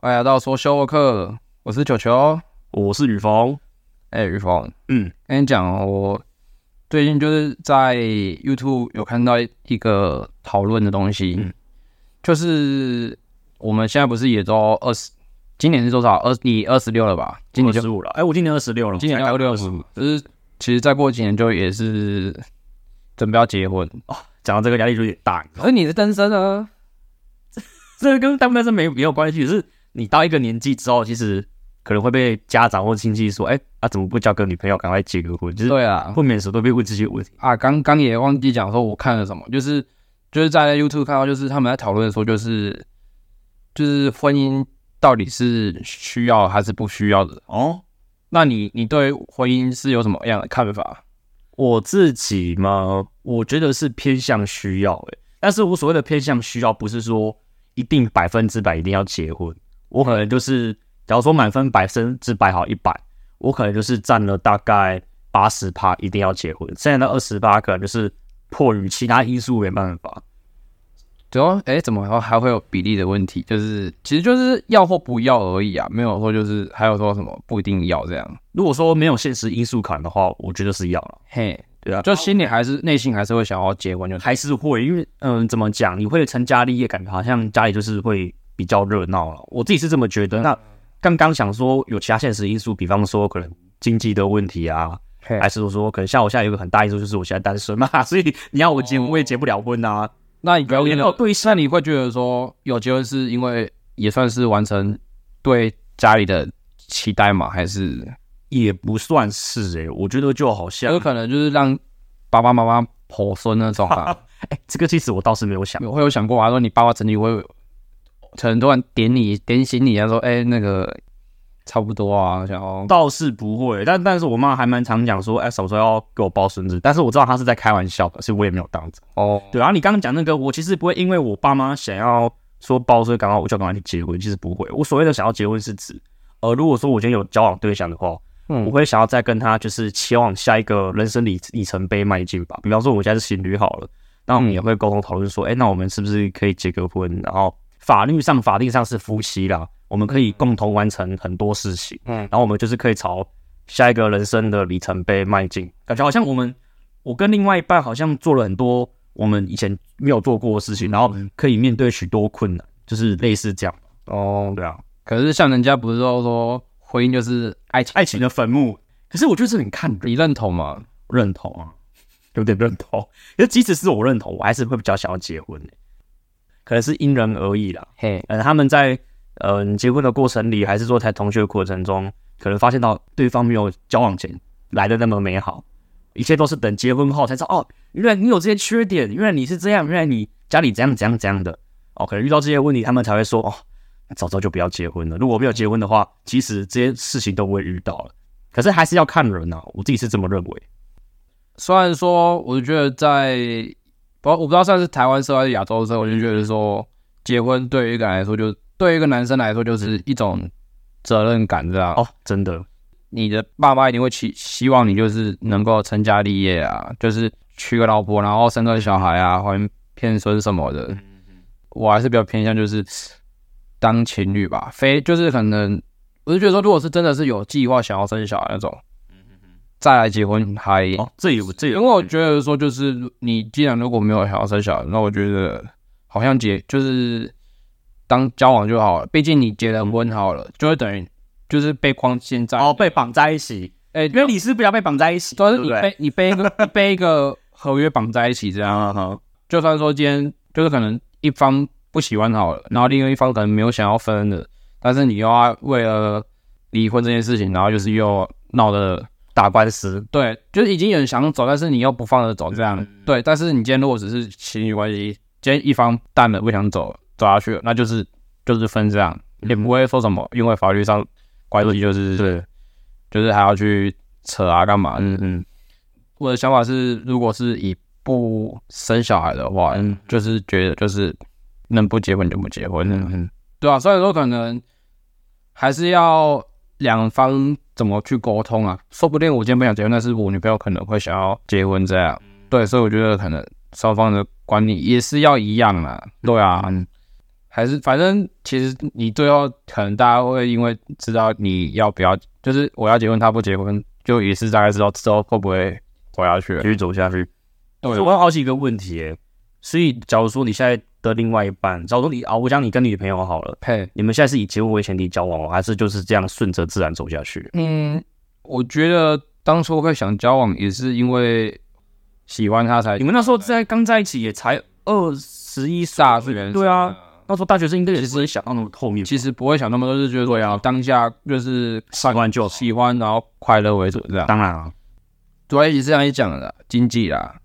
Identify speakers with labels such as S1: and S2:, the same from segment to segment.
S1: 欢迎来到说修课，我是球球。
S2: 我是雨峰。
S1: 哎、雨峰，
S2: 嗯，
S1: 跟你讲哦，我最近就是在 YouTube 有看到一个讨论的东西，
S2: 嗯
S1: 就是我们现在不是也都二十，今年是多少？二你二十六了吧？今
S2: 二
S1: 年就
S2: 十五了，哎，我今年二十六了，
S1: 今年要六十，就是其实再过几年就也是准备要结婚，
S2: 哦讲到这个压力就有点大，
S1: 而你是单身啊？
S2: 这跟单不单身没没有关系，只是你到一个年纪之后，其实可能会被家长或亲戚说，哎，啊怎么不交个女朋友，赶快结个婚，就是
S1: 对啊，
S2: 不免时都被问这些问题。
S1: 啊，刚刚也忘记讲说我看了什么，就是就是在 YouTube 看到，就是他们在讨论说，就是就是婚姻到底是需要还是不需要的？
S2: 哦，
S1: 那你你对婚姻是有什么样的看法？
S2: 我自己嘛，我觉得是偏向需要、欸，但是我所谓的偏向需要，不是说一定百分之百一定要结婚，我可能就是，假如说满分百分之百好一百，我可能就是占了大概八十趴，一定要结婚，剩下的二十趴可能就是迫于其他因素没办法。
S1: 主要哎，怎么还会有比例的问题？就是其实就是要或不要而已啊，没有说就是还有说什么不一定要这样。
S2: 如果说没有现实因素砍的话，我觉得是要了，
S1: 嘿，
S2: 对啊，
S1: 就心里还是内心还是会想要结婚就，
S2: 还是会，因为嗯，怎么讲，你会成家立业，感觉好像家里就是会比较热闹了。我自己是这么觉得。那刚刚想说有其他现实因素，比方说可能经济的问题啊，
S1: 嘿
S2: 还是说可能像我现在有一个很大因素就是我现在单身嘛， 所以你要我结婚我也结不了婚啊。
S1: 那你不要
S2: 有没有对
S1: 那你会觉得说有结婚是因为也算是完成对家里的期待吗？还是
S2: 也不算是诶、欸我觉得就好像
S1: 有可能就是让爸爸妈妈婆孙那种啊？
S2: 哎、这个其实我倒是没有想，
S1: 有会有想过啊？说你爸爸曾经会可能突然点你点醒你，他说：“哎、那个差不多啊，想要
S2: 倒是不会，但但是我妈还蛮常讲说，哎、什么时候要给我抱孙子？但是我知道她是在开玩笑的，所以我也没有当真。
S1: 哦，
S2: 对，然后你刚刚讲那个，我其实不会因为我爸妈想要说包，所以赶快我就赶快去结婚，其实不会。我所谓的想要结婚是指，呃，如果说我今天有交往对象的话，
S1: 嗯
S2: 我会想要再跟他就是前往下一个人生里里程碑迈进吧。比方说我们现在是情侣好了，那我们也会沟通讨论说，哎、那我们是不是可以结个婚？然后法律上法定上是夫妻啦，我们可以共同完成很多事情。
S1: 嗯
S2: 然后我们就是可以朝下一个人生的里程碑迈进，感觉好像我们我跟另外一半好像做了很多我们以前没有做过的事情，然后可以面对许多困难，就是类似这样。
S1: 哦，
S2: 对啊，
S1: 可是像人家不是都说婚姻就是爱情，
S2: 爱情的坟墓。可是我觉得这很看人
S1: 你认同吗？
S2: 认同啊，有点认同。可是即使是我认同，我还是会比较想要结婚、欸、可能是因人而异啦。
S1: 嘿，
S2: 呃，他们在呃你结婚的过程里，还是说在同学的过程中，可能发现到对方没有交往前来的那么美好，一切都是等结婚后才知道哦，原来你有这些缺点，原来你是这样，原来你家里怎样怎样怎样的哦，可能遇到这些问题，他们才会说哦，早知道就不要结婚了。如果没有结婚的话，其实这些事情都不会遇到了。可是还是要看人呐、我自己是这么认为。
S1: 虽然说，我觉得在不，我不知道算是台湾社会还是亚洲社会，我就觉得说，结婚对于一个人来说就，对于一个男生来说，就是一种责任感，这样。
S2: 哦，真的，
S1: 你的爸妈一定会期希望你就是能够成家立业啊，就是娶个老婆，然后生个小孩啊，还骗孙什么的。我还是比较偏向就是当情侣吧，非就是可能，我是觉得说，如果是真的是有计划想要生小孩那种，再来结婚还
S2: 哦，这有这
S1: 因
S2: 有
S1: 为我觉得说，就是你既然如果没有想要生小孩，那我觉得好像结就是当交往就好了。毕竟你结了婚好了，就会等于就是被框限在。
S2: 嗯哦，，被绑在一起，
S1: 哎、
S2: 因为你是不要被绑在一起，
S1: 主要
S2: 对
S1: 是
S2: 不
S1: 你
S2: 对？
S1: 被你被一个你被一个合约绑在一起这样。
S2: 啊哈，
S1: 就算说今天就是可能一方不喜欢好了，然后另外一方可能没有想要分的，但是你又要为了离婚这件事情，然后就是又闹得
S2: 打官司，
S1: 对，就是已经有人想走，但是你又不放着走，这
S2: 嗯
S1: 样、对。但是你今天如果只是情侣关系，今天一方淡了不想走，走下去了，那就是就是分这样，也不会说什么，因为法律上关系就是
S2: 嗯对，
S1: 就是还要去扯啊干嘛。
S2: 嗯嗯。
S1: 我的想法是，如果是以不生小孩的话，
S2: 嗯
S1: 就是觉得就是能不结婚就不结婚，
S2: 嗯嗯，
S1: 对啊，虽然说可能还是要两方怎么去沟通啊，说不定我今天不想结婚，但是我女朋友可能会想要结婚这
S2: 嗯
S1: 样。
S2: 嗯
S1: 对，所以我觉得可能双方的观念也是要一样啦。对啊，还是反正其实你最后可能大家会因为知道你要不要，就是我要结婚，他不结婚，就也是大概知道之后会不会活下去
S2: 继
S1: 了。
S2: 续走下去。
S1: 对
S2: 所以我有好几个问题耶，所以假如说你现在的另外一半，假如说你啊，我讲你跟你女朋友好了，
S1: 嘿，
S2: 你们现在是以结婚为前提交往吗，还是就是这样顺着自然走下去？
S1: 嗯，我觉得当初会想交往也是因为喜欢他才
S2: 你们那时候在刚在一起也才二十一岁，
S1: 大是原
S2: 对啊，，那时候大学生应该也是想到那么后面吧，
S1: 其实不会想那么多，就是觉得说要当下就是
S2: 习惯就好。
S1: 喜欢，然后快乐为主这样。
S2: 当然啊，
S1: 主要也是这样一讲的啦经济啦，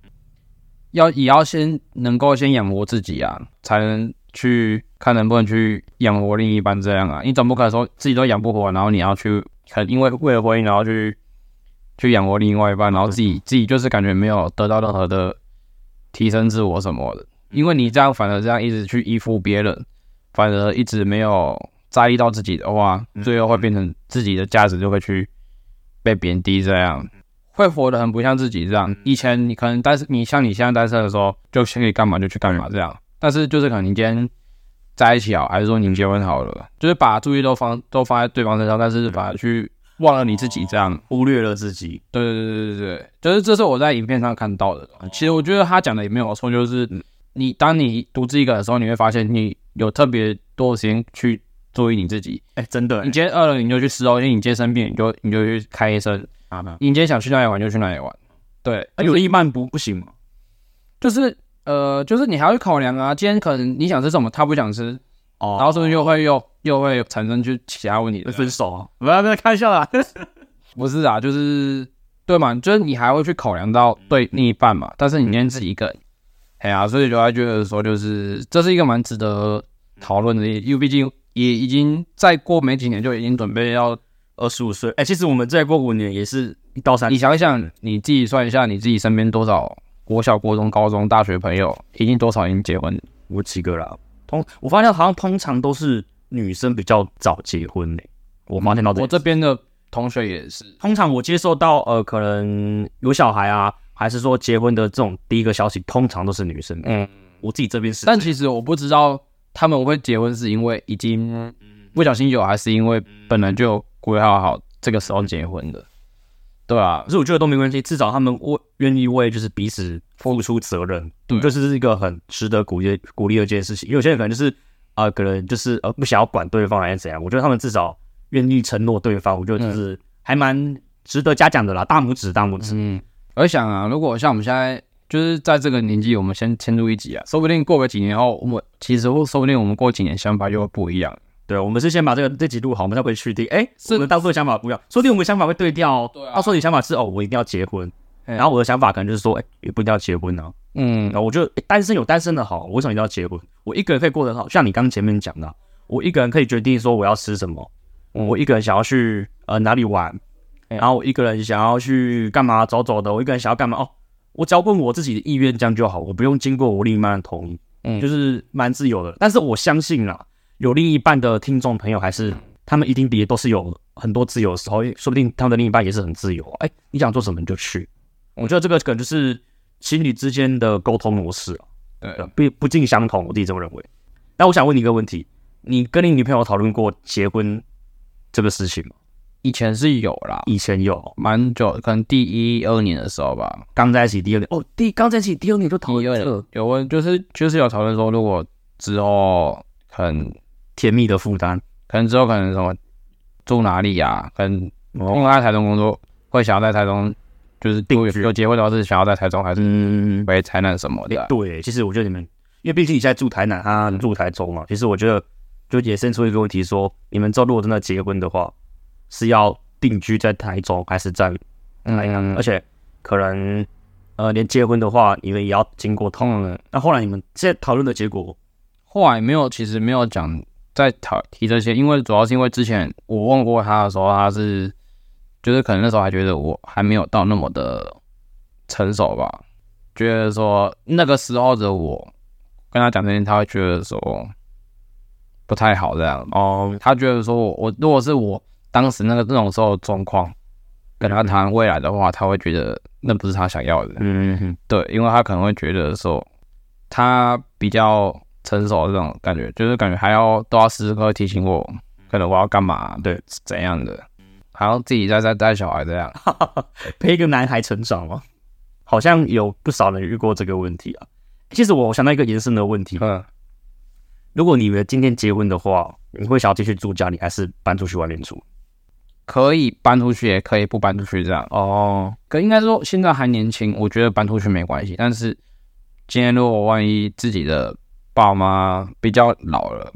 S1: 要也要先能够先养活自己啊，才能去看能不能去养活另一半这样啊。你总不可能说自己都养不活，然后你要去可能因为为了婚姻，然后去去养活另外一半，然后自己自己就是感觉没有得到任何的提升自我什么的，因为你这样反而这样一直去依附别人，反而一直没有在意到自己的话，最后会变成自己的价值就会去被贬低这样。会活得很不像自己这样。以前你可能单身，你像你现在单身的时候，就先可以干嘛就去干嘛这样。但是就是可能你今天在一起啊好，还是说你们结婚好了，就是把注意都放都放在对方身上，但是反而去忘了你自己这样。
S2: 忽略了自己，
S1: 对对对对对对，就是这是我在影片上看到的。其实我觉得他讲的也没有错，就是你当你独自一个人的时候，你会发现你有特别多的时间去注意你自己。
S2: 哎、真的、
S1: 你今天饿了，你就去吃东西；你今天生病，你就你就去看医生；
S2: 啊，那
S1: 你今天想去哪里玩就去哪里玩。对，
S2: 有一半不不行吗？
S1: 就是呃，就是你还要去考量啊，今天可能你想吃什么，他不想吃，
S2: 哦
S1: 然后是不是又会又又会产生就其他问题的？
S2: 分手啊？不要不要，开玩笑啦。
S1: 不是啊，就是对嘛，就是你还会去考量到对另一半嘛，但是你今天自己一个人，哎呀、所以就还觉得说，就是这是一个蛮值得讨论的，因为毕竟也已经再过没几年就已经准备要，
S2: 二十五岁，哎、其实我们再过五年也是一到三
S1: 你，想一想你自己算一下，你自己身边多少国小、国中、高中、大学朋友，已经多少已经结婚了，
S2: 我几个啦。通我发现好像通常都是女生比较早结婚嘞、我发现到
S1: 嗯
S2: 这
S1: 我这边的同学也是。
S2: 通常我接受到呃，可能有小孩啊，还是说结婚的这种第一个消息，通常都是女生。
S1: 嗯，
S2: 我自己这边是，
S1: 但其实我不知道他们会结婚是因为已经不小心有，还是因为本来就有规划好这个时候结婚的，对啊
S2: 可，是我觉得都没关系，至少他们为愿意为就是彼此付出责任，
S1: 对
S2: 这是一个很值得鼓励鼓励的一件事情。因为有些人可能就是呃，可能就是呃不想要管对方还是怎样，我觉得他们至少愿意承诺对方，我觉得就是还蛮值得嘉奖的啦，大拇指大拇指。
S1: 嗯，我想啊，如果像我们现在就是在这个年纪，我们先迁入一集啊，说不定过个几年后，我们其实说不定我们过几年想法就会不一样。
S2: 对，我们是先把这个这集录好，我们再回去听。哎，
S1: 是
S2: 我们当初的想法不一样，说不定我们想法会对调哦。
S1: 对啊
S2: 他说你想法是哦，我一定要结婚，
S1: 哎
S2: 然后我的想法可能就是说，哎，也不一定要结婚啊。
S1: 嗯
S2: 然，后我就诶单身有单身的好，我为什么一定要结婚？我一个人可以过得很好，像你刚前面讲的啊，我一个人可以决定说我要吃什么，我一个人想要去呃哪里玩，
S1: 嗯
S2: 然后我一个人想要去干嘛走走的，我一个人想要干嘛哦，我只要问我自己的意愿这样就好，我不用经过我另一半的同意，
S1: 嗯
S2: 就是蛮自由的。但是我相信啦，有另一半的听众朋友还是。他们一定也都是有很多自由的时候，说不定他们的另一半也是很自由啊。哎、你想做什么你就去。我觉得这个可能就是情侣之间的沟通模式啊，
S1: 对，
S2: 呃不不尽相同，我自己这么认为。那我想问你一个问题：你跟你女朋友讨论过结婚这个事情吗？
S1: 以前是有啦，
S2: 以前有，
S1: 蛮久，可能第一二年的时候吧，
S2: 刚在一起第二年哦，第刚在一起第二年就讨论哦这个
S1: 有问就是就是有讨论说，如果之后可能
S2: 甜蜜的负担，
S1: 可能之后可能什么住哪里啊，可能因为
S2: 哦，
S1: 他在台中工作，会想要在台中就是定
S2: 居
S1: 有结婚的话是想要在台中还是
S2: 嗯，
S1: 回台南什么的啊、
S2: 对，其实我觉得你们，因为毕竟你现在住台南，他住台中嘛，其实我觉得就衍生出一个问题说你们之后如果真的结婚的话，是要定居在台中还是在
S1: 嗯嗯
S2: 而且可能呃，连结婚的话，你们也要经过通
S1: 嗯，
S2: 那后来你们现在讨论的结果，
S1: 后来没有，其实没有讲在讨提这些，因为主要是因为之前我问过他的时候，他是就是可能那时候还觉得我还没有到那么的成熟吧，觉得说那个时候的我跟他讲这些，他会觉得说不太好这样哦，他觉得说我我如果是我当时那个那种时候的状况跟他谈未来的话，他会觉得那 不是他想要的，
S2: 嗯，
S1: 对，因为他可能会觉得说，他比较成熟的这种感觉，就是感觉还要都要时时刻刻提醒我，可能我要干嘛，
S2: 对，
S1: 怎样的，好像自己在在带小孩这样。
S2: 陪一个男孩成长吗？好像有不少人遇过这个问题啊。其实我想到一个延伸的问题，
S1: 嗯，
S2: 如果你们今天结婚的话，你会想要继续住家里，还是搬出去外面住？
S1: 可以搬出去，也可以不搬出去这样。哦，可应该说现在还年轻，我觉得搬出去没关系。但是今天如果万一自己的爸妈比较老了，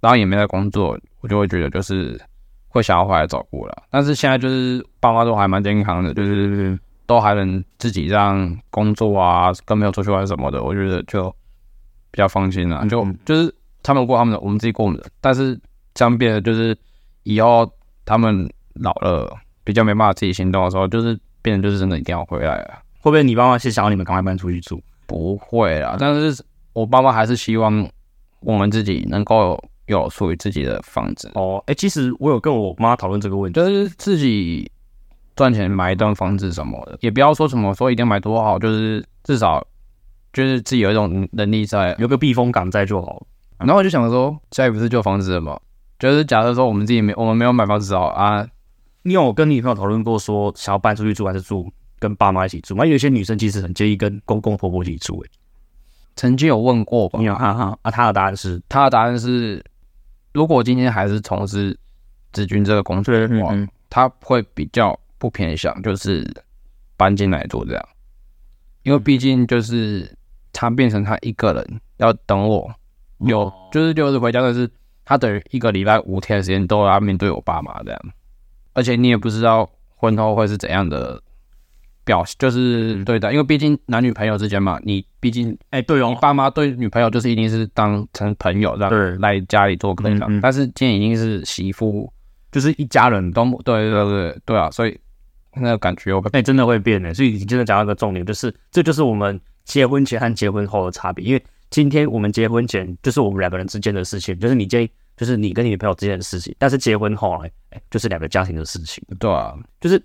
S1: 然后也没在工作，我就会觉得就是会想要回来照顾了。但是现在就是爸妈都还蛮健康的，就是都还能自己这样工作啊，跟朋友出去玩什么的，我觉得就比较放心了。啊就就是他们过他们的，我们自己过我们的。但是这样变得就是以后他们老了比较没办法自己行动的时候，就是变得就是真的一定要回来了。
S2: 会不会你爸妈是想要你们赶快搬出去住？
S1: 不会啦，但是我爸妈还是希望我们自己能够有属于自己的房子，
S2: 哦，哎、其实我有跟我妈讨论这个问题，
S1: 就是自己赚钱买一栋房子什么的，也不要说什么说一定要买多好，就是至少就是自己有一种能力在。
S2: 有个避风港在就好了。
S1: 然后我就想说，家里不是就有房子了吗？就是假设说我们自己没我们没有买房子好啊，
S2: 你有跟你朋友讨论过说想要搬出去住，还是住跟爸妈一起住吗？因为有些女生其实很介意跟公公婆婆一起住、哎，
S1: 曾经有问过吧
S2: 你，有哈哈啊？她的答案是，
S1: 他的答案是，如果今天还是从事子君这个工作的话，
S2: 嗯嗯
S1: 他会比较不偏向就是搬进来做这样，因为毕竟就是他变成他一个人要等我，
S2: 哦
S1: 有就是六日回家，但是他等于一个礼拜五天的时间都要面对我爸妈这样，而且你也不知道婚后会是怎样的。表就是对待，因为毕竟男女朋友之间嘛，你毕竟
S2: 哎、对
S1: 你，爸妈对女朋友就是一定是当成朋友这
S2: 对
S1: 样来家里做客这样
S2: 嗯嗯
S1: 但是今天已经是媳妇，
S2: 就是一家人都
S1: 都对对对对啊，所以那个感觉我
S2: 哎、真的会变的。所以你真的讲到一个重点，就是这就是我们结婚前和结婚后的差别。因为今天我们结婚前就是我们两个人之间的事情，就是你这就是你跟你女朋友之间的事情，但是结婚后来，哎、就是两个家庭的事情，
S1: 对啊，
S2: 就是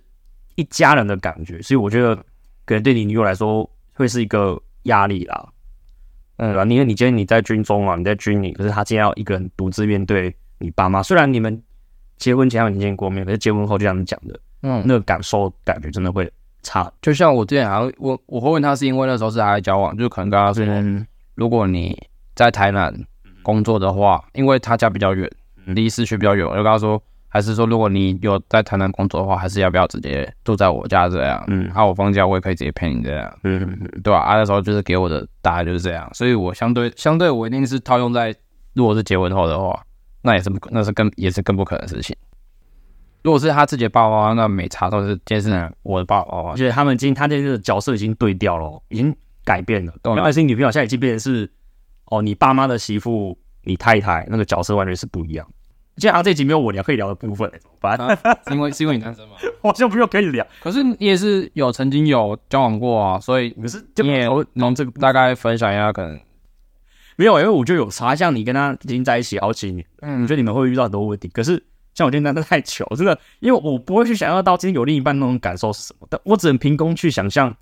S2: 一家人的感觉。所以我觉得可能对你女友来说会是一个压力啦。嗯，因为你今天你在军中嘛，你在军里，可是她今天要一个人独自面对你爸妈。虽然你们结婚前他们已经见过面，可是结婚后就像你讲的，
S1: 嗯，
S2: 那个感受感觉真的会差。
S1: 就像我之前好像我我会问他，是因为那时候是还在交往，就可能跟他说，
S2: 嗯，
S1: 如果你在台南工作的话，因为他家比较远，
S2: 嗯
S1: 离市区比较远，我就跟他说，还是说如果你有在台南工作的话，还是要不要直接住在我家这样？
S2: 嗯
S1: 啊，我放假我也可以直接陪你这样。
S2: 嗯，
S1: 对啊，啊那时候就是给我的答案就是这样，所以我相对相对我一定是套用在如果是结婚后的话，那也是不那是更也是更不可能的事情。如果是他自己的爸爸妈妈，那没差，都是监视人我的爸爸妈妈
S2: 我。觉得他们今天他这个角色已经对调了哦，已经改变了。
S1: 懂了
S2: 然后是你女朋友现在已经变成是哦，你爸妈的媳妇，你太太那个角色完全是不一样。今天啊，这集没有我聊可以聊的部分，怎么办？
S1: 是因为是因为你单身吗？
S2: 我好像不用可以聊，
S1: 可是你也是有曾经有交往过啊，所以
S2: 可是就
S1: 你也能这个大概分享一下，可能
S2: 没有，因为我觉得有差。像你跟他已经在一起好几年，我
S1: 嗯
S2: 觉得你们会遇到很多问题。可是像我今天真的 太糗，真的，因为我不会去想象到今天有另一半那种感受是什么，但我只能凭空去想象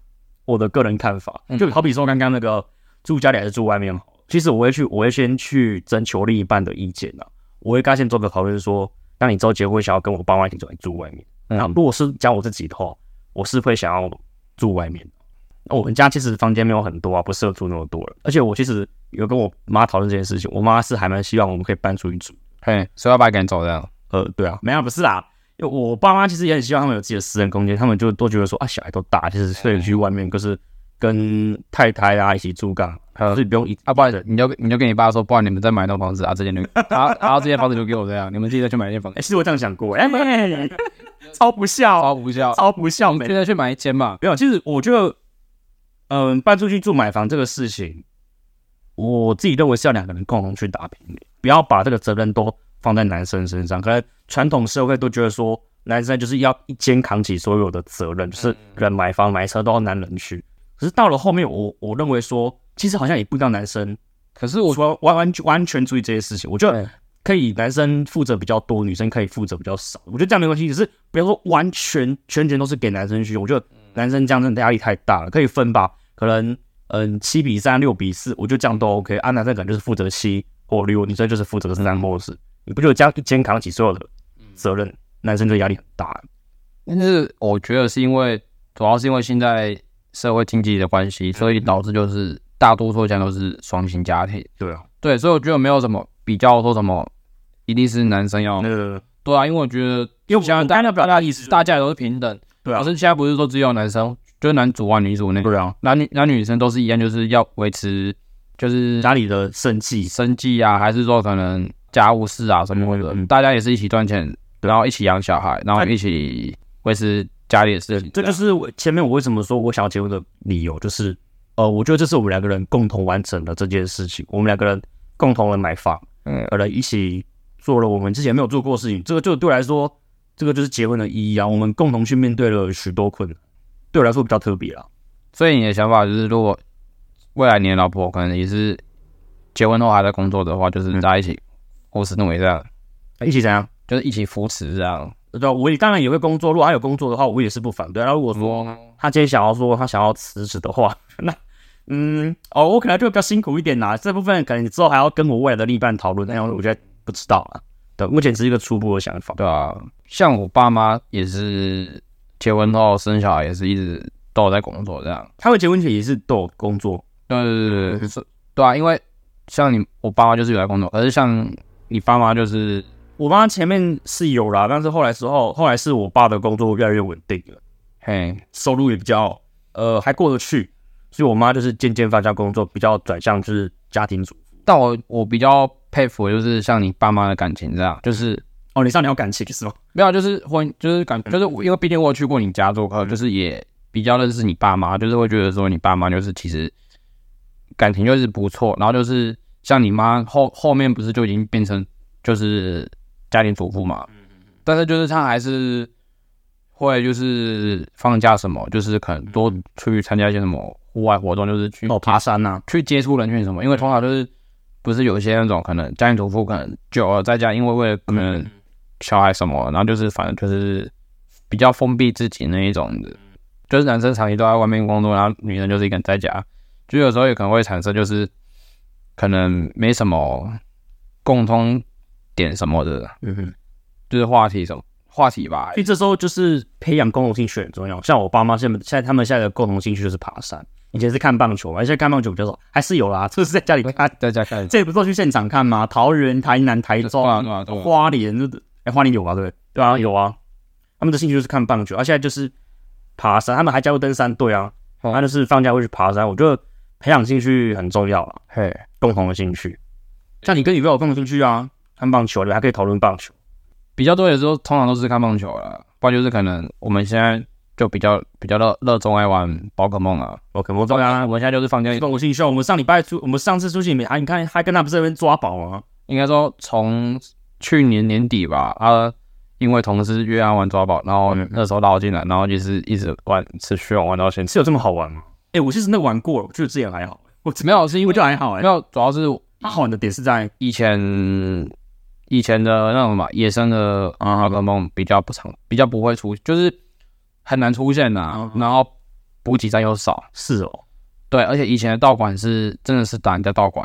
S2: 我的个人看法。就好比说刚刚那个住家里还是住外面好了，其实我会去，我会先去征求另一半的意见啊，我会跟他先做个讨论说，那你之后结婚想要跟我爸妈一起住还是住外面？然后如果是讲我自己的话，我是会想要住外面。那我们家其实房间没有很多啊，不适合住那么多人。而且我其实有跟我妈讨论这件事情，我妈是还蛮希望我们可以搬出去住。
S1: 嘿，所以要把你赶走这样。
S2: 呃，对啊，没有、不是啦，因为我爸妈其实也很希望他们有自己的私人空间，他们就都觉得说啊，小孩都大，其实可以去外面，就是跟太太啊一起住干嘛，所以不用一
S1: 啊，不然你就你就跟你爸说，不然你们再买一栋房子啊，这间留啊啊这间房子留给我这样，你们自己再去买一间房
S2: 哎、，其实我这样想过，哎、超不孝，哦
S1: 超不孝，
S2: 超不孝，没
S1: 现在去买一间嘛。
S2: 没有，其实我觉得，嗯、搬出去住买房这个事情，我自己认为是要两个人共同去打拼的，不要把这个责任都放在男生身上。可能传统社会都觉得说，男生就是要一肩扛起所有的责任，就是人买房买车都要男人去。可是到了后面，我我认为说，其实好像也不让男生
S1: 可是我
S2: 说完完完全注意这些事情。我觉得
S1: 对
S2: 可以，男生负责比较多，女生可以负责比较少。我觉得这样没关系，只是不要说完
S1: 嗯
S2: 全全权都是给男生去。我觉得男生这样真的压力太大了，可以分吧。可能嗯七比三、六比四，我觉得这样都 OK。啊，男生可能就是负责七或六，女生就是负责三或四。你不觉得这样肩扛起所有的责
S1: 嗯
S2: 任，男生就压力很大？
S1: 但是我觉得是因为主要是因为现在社会经济的关系，所
S2: 嗯
S1: 以导致就是大多数家都是双薪家庭。
S2: 对啊，
S1: 对，所以我觉得没有什么比较说什么一定是男生要
S2: 那个
S1: 对啊，因为我觉得
S2: 因为我
S1: 现在
S2: 我
S1: 大
S2: 刚才
S1: 家
S2: 表达的意思就是
S1: 大家也都是平等。
S2: 对啊
S1: 可是现在不是说只有男生，就是男主外女主内，
S2: 对啊，
S1: 男女男女生都是一样，就是要维持就是
S2: 家里的生计，
S1: 生计啊，还是说可能家务事啊什么的，
S2: 嗯
S1: 大家也是一起赚钱，然后一起养小孩，然后一起维持家里的事情。
S2: 这就是我前面我为什么说我想要结婚的理由，就是呃，我觉得这是我们两个人共同完成了这件事情，我们两个人共同的买房，
S1: 嗯
S2: 可能一起做了我们之前没有做过的事情，这个就对我来说，这个就是结婚的意义啊。我们共同去面对了许多困难，对我来说比较特别啦。啊
S1: 所以你的想法就是，如果未来你的老婆可能也是结婚后还在工作的话，就是大家一起互相努力这样，
S2: 一起怎样？
S1: 就是一起扶持这样。
S2: 对啊，我也当然也会工作，如果他有工作的话，我也是不反对啊。那如果说他今天想要说他想要辞职的话， 那嗯，哦，我可能就会比较辛苦一点啦。这部分可能你之后还要跟我未来的另一半讨论，那样我觉得不知道啊。对，目前只是一个初步的想法。
S1: 对啊，像我爸妈也是结婚后生小孩，也是一直都有在工作这样。
S2: 他们结婚前也是都有工作，
S1: 对对对对对，是对啊，因为像你我爸妈就是有在工作，可是像你爸妈就是
S2: 我妈前面是有啦，但是后来之后，后来是我爸的工作越来越稳定了，
S1: 嘿，
S2: 收入也比较呃还过得去，所以我妈就是渐渐放下工作，比较转向就是家庭主妇。
S1: 但我我比较佩服的就是像你爸妈的感情这样，就是
S2: 哦，你上聊感情是吗？
S1: 没有啊就是婚就是感就是我因为毕竟我有去过你家做客，就是也比较认识你爸妈，就是会觉得说你爸妈就是其实感情就是不错，然后就是像你妈后后面不是就已经变成就是家庭主妇嘛，但是就是她还是会就是放假什么，就是可能多出去参加一些什么户外活动，就是去
S2: 哦，爬山呐、
S1: 去接触人群什么，因为通常就是不是有一些那种可能家庭主妇可能久了在家，因为为了可能小孩什么，然后就是反正就是比较封闭自己那一种的，就是男生长期都在外面工作，然后女生就是一个人在家，就有时候也可能会产生就是可能没什么共通点什么的，
S2: 嗯哼。
S1: 就是话题什么话题吧
S2: 所，以这时候就是培养共同兴趣很重要。像我爸妈现在现在他们现在的共同兴趣就是爬山，以前是看棒球嘛，现在看棒球比较少，还是有啦，这是在家里看，
S1: 在家看
S2: 这也不是去现场看吗？桃园、台南、台中、
S1: 对啊对啊对啊
S2: 花莲，这哎、花莲有吧？对不对？对啊，有啊。他们的兴趣就是看棒球，而、啊现在就是爬山，他们还加入登山队啊，
S1: 哦
S2: 他就是放假会去爬山。我觉得培养兴趣很重要啊，
S1: 嘿，
S2: 共同的兴趣。像你跟女朋友有共同兴趣啊，看棒球，你们还可以讨论棒球。
S1: 比较多的时候，通常都是看棒球啦，不然就是可能我们现在就比较比较热热衷爱玩宝可梦啊。
S2: OK，我重要啊，
S1: 我们现在就是放假，
S2: 共同兴趣啊。我们上礼拜出，我们上次出去没啊？你看还跟他们这边抓宝啊？
S1: 应该说从去年年底吧，他因为同事约他玩抓宝，然后那时候拉我进来，然后就是一直玩，持续玩玩到现在。
S2: 是有这么好玩吗？哎、我其实那个玩过了，我觉得之前还好，我
S1: 没有，是因
S2: 我
S1: 为
S2: 觉得还好哎、
S1: 没有，主要是
S2: 它好玩的点是在
S1: 以前以前的那种嘛，野生的
S2: 啊
S1: 宝可梦比较不常，比较不会出，就是很难出现呐、
S2: 嗯
S1: 然后补给站又少。
S2: 是哦，
S1: 对，而且以前的道馆是真的是打人家道馆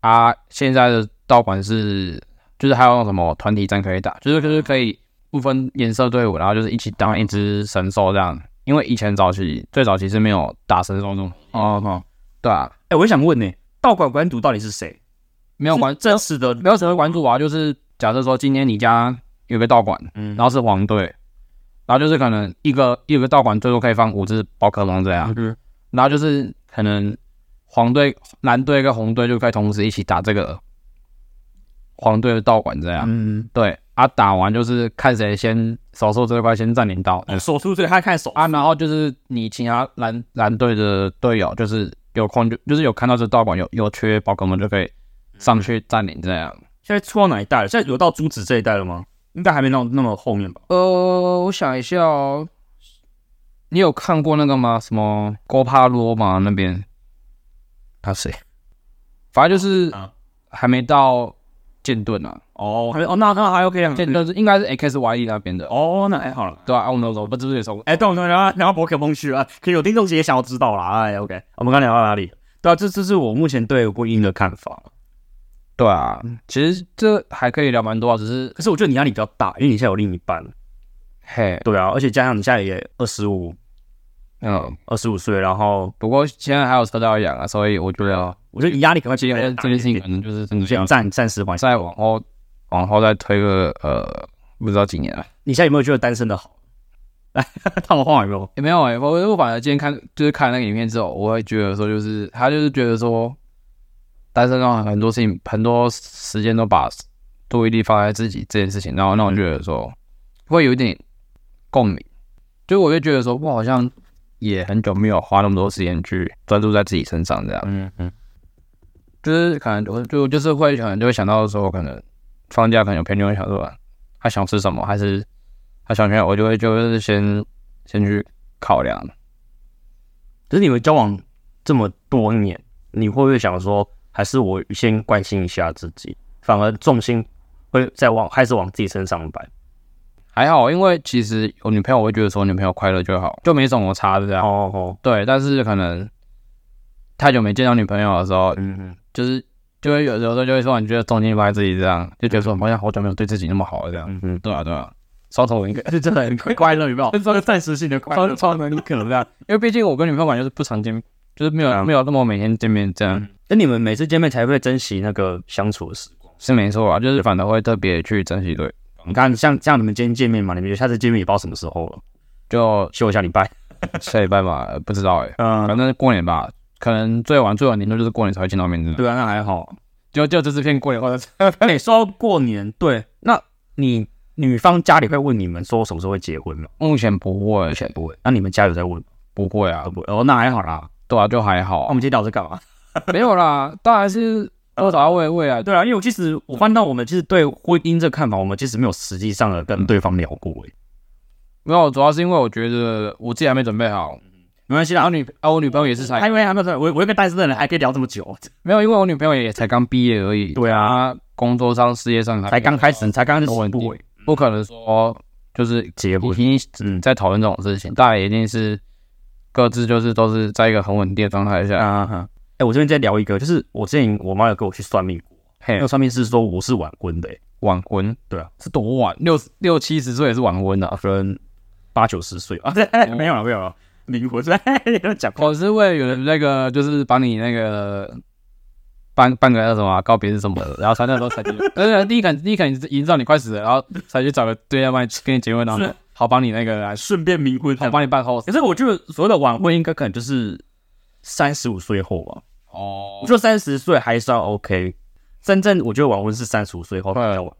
S1: 啊，现在的道馆是就是还有那种什么团体战可以打，就是就是可以不分颜色队伍，然后就是一起当一只神兽这样。因为以前早期最早期是没有打神兽这种，
S2: 哦哦，
S1: 对啊，
S2: 哎、我也想问呢、道馆馆主到底是谁？
S1: 没有
S2: 管
S1: 关
S2: 真实的，
S1: 没有什么关注啊，就是假设说今天你家有个道馆，
S2: 嗯
S1: 然后是黄队，然后就是可能一个一个道馆最多可以放五只宝可梦这样，
S2: 嗯
S1: 然后就是可能黄队、蓝队跟红队就可以同时一起打这个黄队的道馆这样。
S2: 嗯，
S1: 对啊，打完就是看谁先手术这一块先占领到、
S2: 手术所以他看手
S1: 啊，然后就是你其他蓝蓝队的队友就是有空就就是有看到这道馆有有缺宝可梦就可以上去占领这样。
S2: 现在出到哪一代了？现在有到朱子这一代了吗？应该还没到那么后面吧？
S1: 呃，我想一下哦，你有看过那个吗？什么郭帕罗吗？那边
S2: 他谁？
S1: 反正就是
S2: 啊
S1: 还没到剑盾啊，
S2: 哦，还哦，那那还 OK 啊，
S1: 剑盾是应该是 XYE 那边的，
S2: 哦，那还好了。
S1: 对啊，啊我们怎么不知不觉从
S2: 哎，对，我们聊聊聊宝可梦去了，可以有听众也想要知道啦。哎，OK，我们刚聊到哪里？对啊，这这是我目前对婚姻的看法。
S1: 对啊，其实这还可以聊蛮多啊，只是
S2: 可是我觉得你压力比较大，因为你现在有另一半，
S1: 嘿，
S2: 对啊，而且加上你现在也二十五、
S1: 嗯，
S2: 二十五岁，然后
S1: 不过现在还有车要养啊，所以我觉得
S2: 我觉得你压力可能会
S1: 这
S2: 比较
S1: 件
S2: 大
S1: 这件事情可能就是真的
S2: 想
S1: 要
S2: 暂暂时缓下。
S1: 再往后往后再推个呃，不知道几年啊，
S2: 你现在有没有觉得单身的好？来，套话有没有？
S1: 也、没有哎、我我反而今天看就是看了那个影片之后，我会觉得说，就是他就是觉得说，单身的话很多事情很多时间都把注意力放在自己这件事情，然后让我觉得说会有一点共鸣，就我就觉得说我好像也很久没有花那么多时间去专注在自己身上这样，
S2: 嗯嗯，
S1: 就是可能我就就是会可能就会想到说，可能放假可能有朋友会想说，他想吃什么，还是他想去哪，我就会就是先先去考量。
S2: 可是你们交往这么多年，你会不会想说，还是我先关心一下自己，反而重心会再往还是往自己身上摆？
S1: 还好，因为其实有女朋友，我会觉得说女朋友快乐就好，就没什么差这样。
S2: 哦哦，
S1: 对，但是可能太久没见到女朋友的时候，
S2: 嗯嗯，
S1: 就是就会有有时候就会说，你觉得重心放在自己这样，就觉得说好像好久没有对自己那么好了这样。
S2: 嗯嗯，
S1: 对啊，对啊，双头 应该
S2: 就真的很快快乐，有没 有？
S1: 这个暂时性的快
S2: 乐
S1: 超能力可能这样，因为毕竟我跟女朋友感觉是不常见，就是没有、
S2: 嗯
S1: 没有那么每天见面这样，
S2: 那你们每次见面才会珍惜那个相处的时光。
S1: 是没错啊，就是反而会特别去珍惜对，
S2: 你看，像像你们今天见面嘛，你们下次见面也不知道什么时候了，
S1: 就
S2: 休一下礼 拜。
S1: 下礼拜吧，呃不知道哎、
S2: 嗯，
S1: 反正过年吧，可能最晚最晚顶多就是过年才会见到面这样，
S2: 对啊，那还好。
S1: 就就这次骗过年或者
S2: 哎、说到过年，对，那你女方家里会问你们说什么时候会结婚吗？
S1: 目前不会，
S2: 全不会。那你们家有在问吗？
S1: 不会啊
S2: 啊，不会，哦，那还好啦。
S1: 对啊，就还好
S2: 那、
S1: 啊、
S2: 我们今天聊这干嘛？
S1: 没有啦，当然
S2: 嗯
S1: 是多少为未来，
S2: 对啊，因为我其实我翻到我们其实对婚姻这看法，我们其实没有实际上的跟对方聊过、欸。
S1: 没有，主要是因为我觉得我自己还没准备好，
S2: 没关系
S1: 然
S2: 啦，
S1: 后女啊我女朋友也是才
S2: 还以为还没有，我我一个单身的人还可以聊这么久，
S1: 没有，因为我女朋友也才刚毕业而已，
S2: 对啊
S1: 她工作上、事业上还
S2: 才刚开始，才刚开始
S1: 不稳
S2: 不
S1: 定
S2: 会，
S1: 不可能说就是
S2: 结婚
S1: 已。经
S2: 嗯
S1: 在讨论这种事情，大家一定是各自就是都是在一个很稳定的状态下，
S2: 啊哈，哎、我这边再聊一个，就是我之前我妈有跟我去算命过，
S1: 嘿
S2: 那个，算命是说我是晚婚的、欸，
S1: 晚婚
S2: 对啊，
S1: 是多晚？六六七十岁也是晚婚的、啊。
S2: 跟八九十岁啊， 没有了，没有了，灵 魂在讲话。
S1: 我是为有人那个，就是把你那个办办个那什么啊、告别是什么的，然后才那时候才结，而且第一感第一感已经知道你快死了，然后才去找个对象帮你跟你结婚，然后
S2: 是
S1: 好帮你那个来，
S2: 顺便冥婚，
S1: 好帮你办后事
S2: 可是我觉得所谓的晚婚，应该可能就是三十五岁后吧。
S1: 哦
S2: 我觉得三十岁还算 OK，真正我觉得晚婚是三十五岁后比较晚，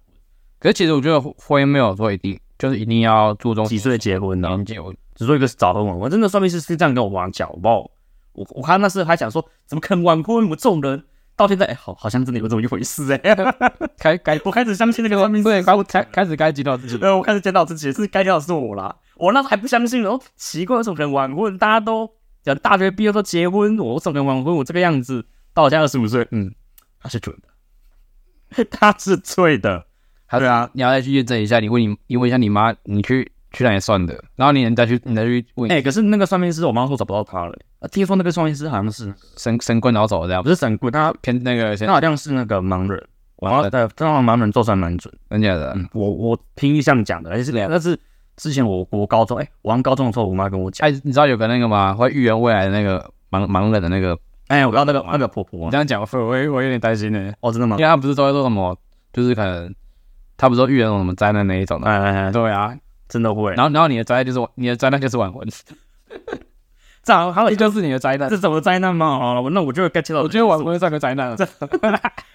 S1: 可是其实我觉得婚姻没有说一定就是一定要注重
S2: 几岁结婚的、
S1: 年纪，我
S2: 只说一个是早婚晚婚，真的算命师是这样跟我妈讲，好不好？我我看那时候还想说，怎么可能晚婚？我们这种人到现在，哎、好好像真的有这么一回事 哎、
S1: 开开
S2: 我开始相信那个算命
S1: 对
S2: 师，
S1: 开开开始该激动自己，
S2: 呃，我开始检讨自己，是该检讨是我啦。哦我那时候还不相信，哦，奇怪，为什么可能晚婚？大家都讲大学毕业都结婚，我怎么可能晚婚？我这个样子，到我现在二十五岁，嗯，他是准的， 他是对的。对啊，
S1: 你要再去验证一下，你问你你问一下你妈，你去去哪里算的，然后你再去你再去问
S2: 哎、可是那个算命师，我妈说找不到他了、啊，听说那个算命师好像是
S1: 神神棍老手这样
S2: 不，是神棍，他
S1: 偏那个先
S2: 他好像是那个盲人。然后
S1: 盲人
S2: 对，他好像盲人做算蛮准。
S1: 真假的，
S2: 我我听印象讲的，而且那是之前我我高中，哎、我上高中的时候，我妈跟我讲，
S1: 哎，你知道有个那个吗？会预言未来的那个盲盲人的那个，
S2: 哎、我要那个那个婆婆
S1: 你这，样讲，我我我有点担心呢，
S2: 哦，真的吗
S1: 因为？他不是都会说什么，就是可能他不是说预言什么灾难那一种的，
S2: 哎哎哎，
S1: 对啊，
S2: 真的会。
S1: 然后然后你的灾难就是你的灾难就是 晚婚，
S2: 这样还有
S1: 这就是你的灾难。
S2: 这种灾难吗？好了，我那我就 get 到了。
S1: 我觉得晚婚算个灾难，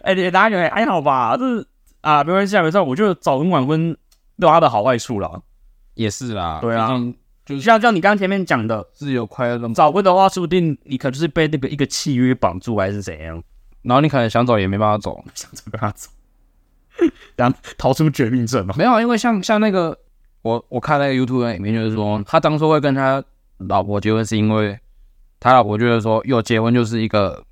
S2: 哎，你哪有还好吧？这是啊，没关系啊，没事啊。我觉得早婚晚婚都有它的好坏处啦。
S1: 也是啦。
S2: 对啊
S1: 毕竟就是
S2: 像像你刚刚前面讲的，
S1: 自由快乐那么，
S2: 早婚的话，说不定你可能就是被那个一个契约绑住，还是怎样，
S1: 然后你可能想走也没办法走。
S2: 想怎么样走， 然后逃出绝命镇嘛。
S1: 没有，因为像像那个我我看那个 YouTube 的影片，就是说他当初会跟他老婆结婚，是因为他老婆觉得说有结婚
S2: 嗯
S1: 就是一个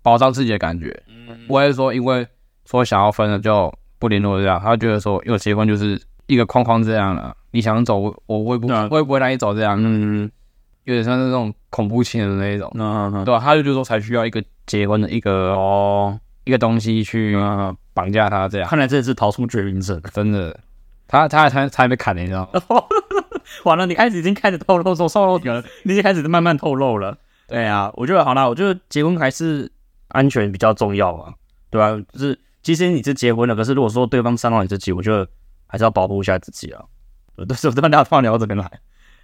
S1: 保障自己的感觉，不会说因为说想要分了就不联络这样，他觉得说，因为结婚就是一个框框这样了，你想走，我我我也不
S2: 对啊
S1: 我也不会让你走这样，
S2: 嗯
S1: 有点像是那种恐怖情人的 那一种，
S2: 嗯嗯
S1: 对吧、啊他就觉得说才需要一个结婚的一个哦一个东西去
S2: 嗯
S1: 呃绑架他这样，
S2: 看来真的是逃出绝命镇。
S1: 真的，他他他他还被砍了，你知道吗？
S2: 完了，你开始已经开始透露说透露点了，你已经开始慢慢透露了。对啊，我觉得好啦，我觉得结婚还是安全比较重要嘛，对吧、就是即使你是结婚了，可是如果说对方伤到你自己，我觉得还是要保护一下自己啊。对，对，我这边聊突然聊到这边来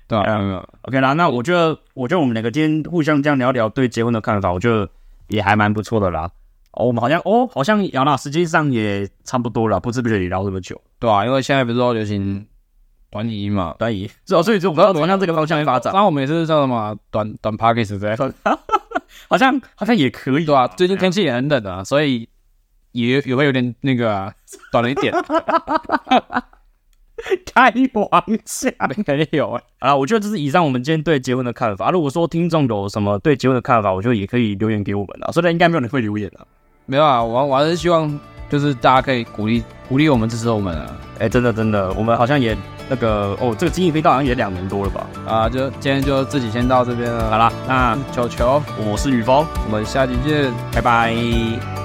S1: 对吧、啊
S2: 哎呀
S1: 没有没有，
S2: ，OK 啦。那我觉得，我觉得我们两个今天互相这样聊聊对结婚的看法，我觉得也还蛮不错的啦。哦，我们好像哦，好像姚娜时间上也差不多了，不知不觉也聊这么久。
S1: 对啊，因为现在不是都流行短语音嘛，
S2: 短以，是哦，所以就我们要往向这个方向去发展。
S1: 然后我们也是叫什么短短 p a c k a g e 这样，
S2: 好像好像也可以，哦
S1: 对啊，最近天气也很冷啊，所以也也会有点那个、啊、短了一点，没
S2: 开玩笑
S1: 有啊，
S2: 啊！我觉得这是以上我们今天对结婚的看法。啊如果说听众有什么对结婚的看法，我觉得也可以留言给我们啊。虽然应该没有人会留言的、啊，
S1: 没有啊，我我还是希望就是大家可以鼓励鼓励我们支持我们啊
S2: 哎、真的真的，我们好像也那个哦，这个经营频道好像也两年多了吧？
S1: 啊，就今天就自己先到这边了，
S2: 好啦，那
S1: 球球，
S2: 我是雨峰，
S1: 我们下期见。
S2: 拜拜。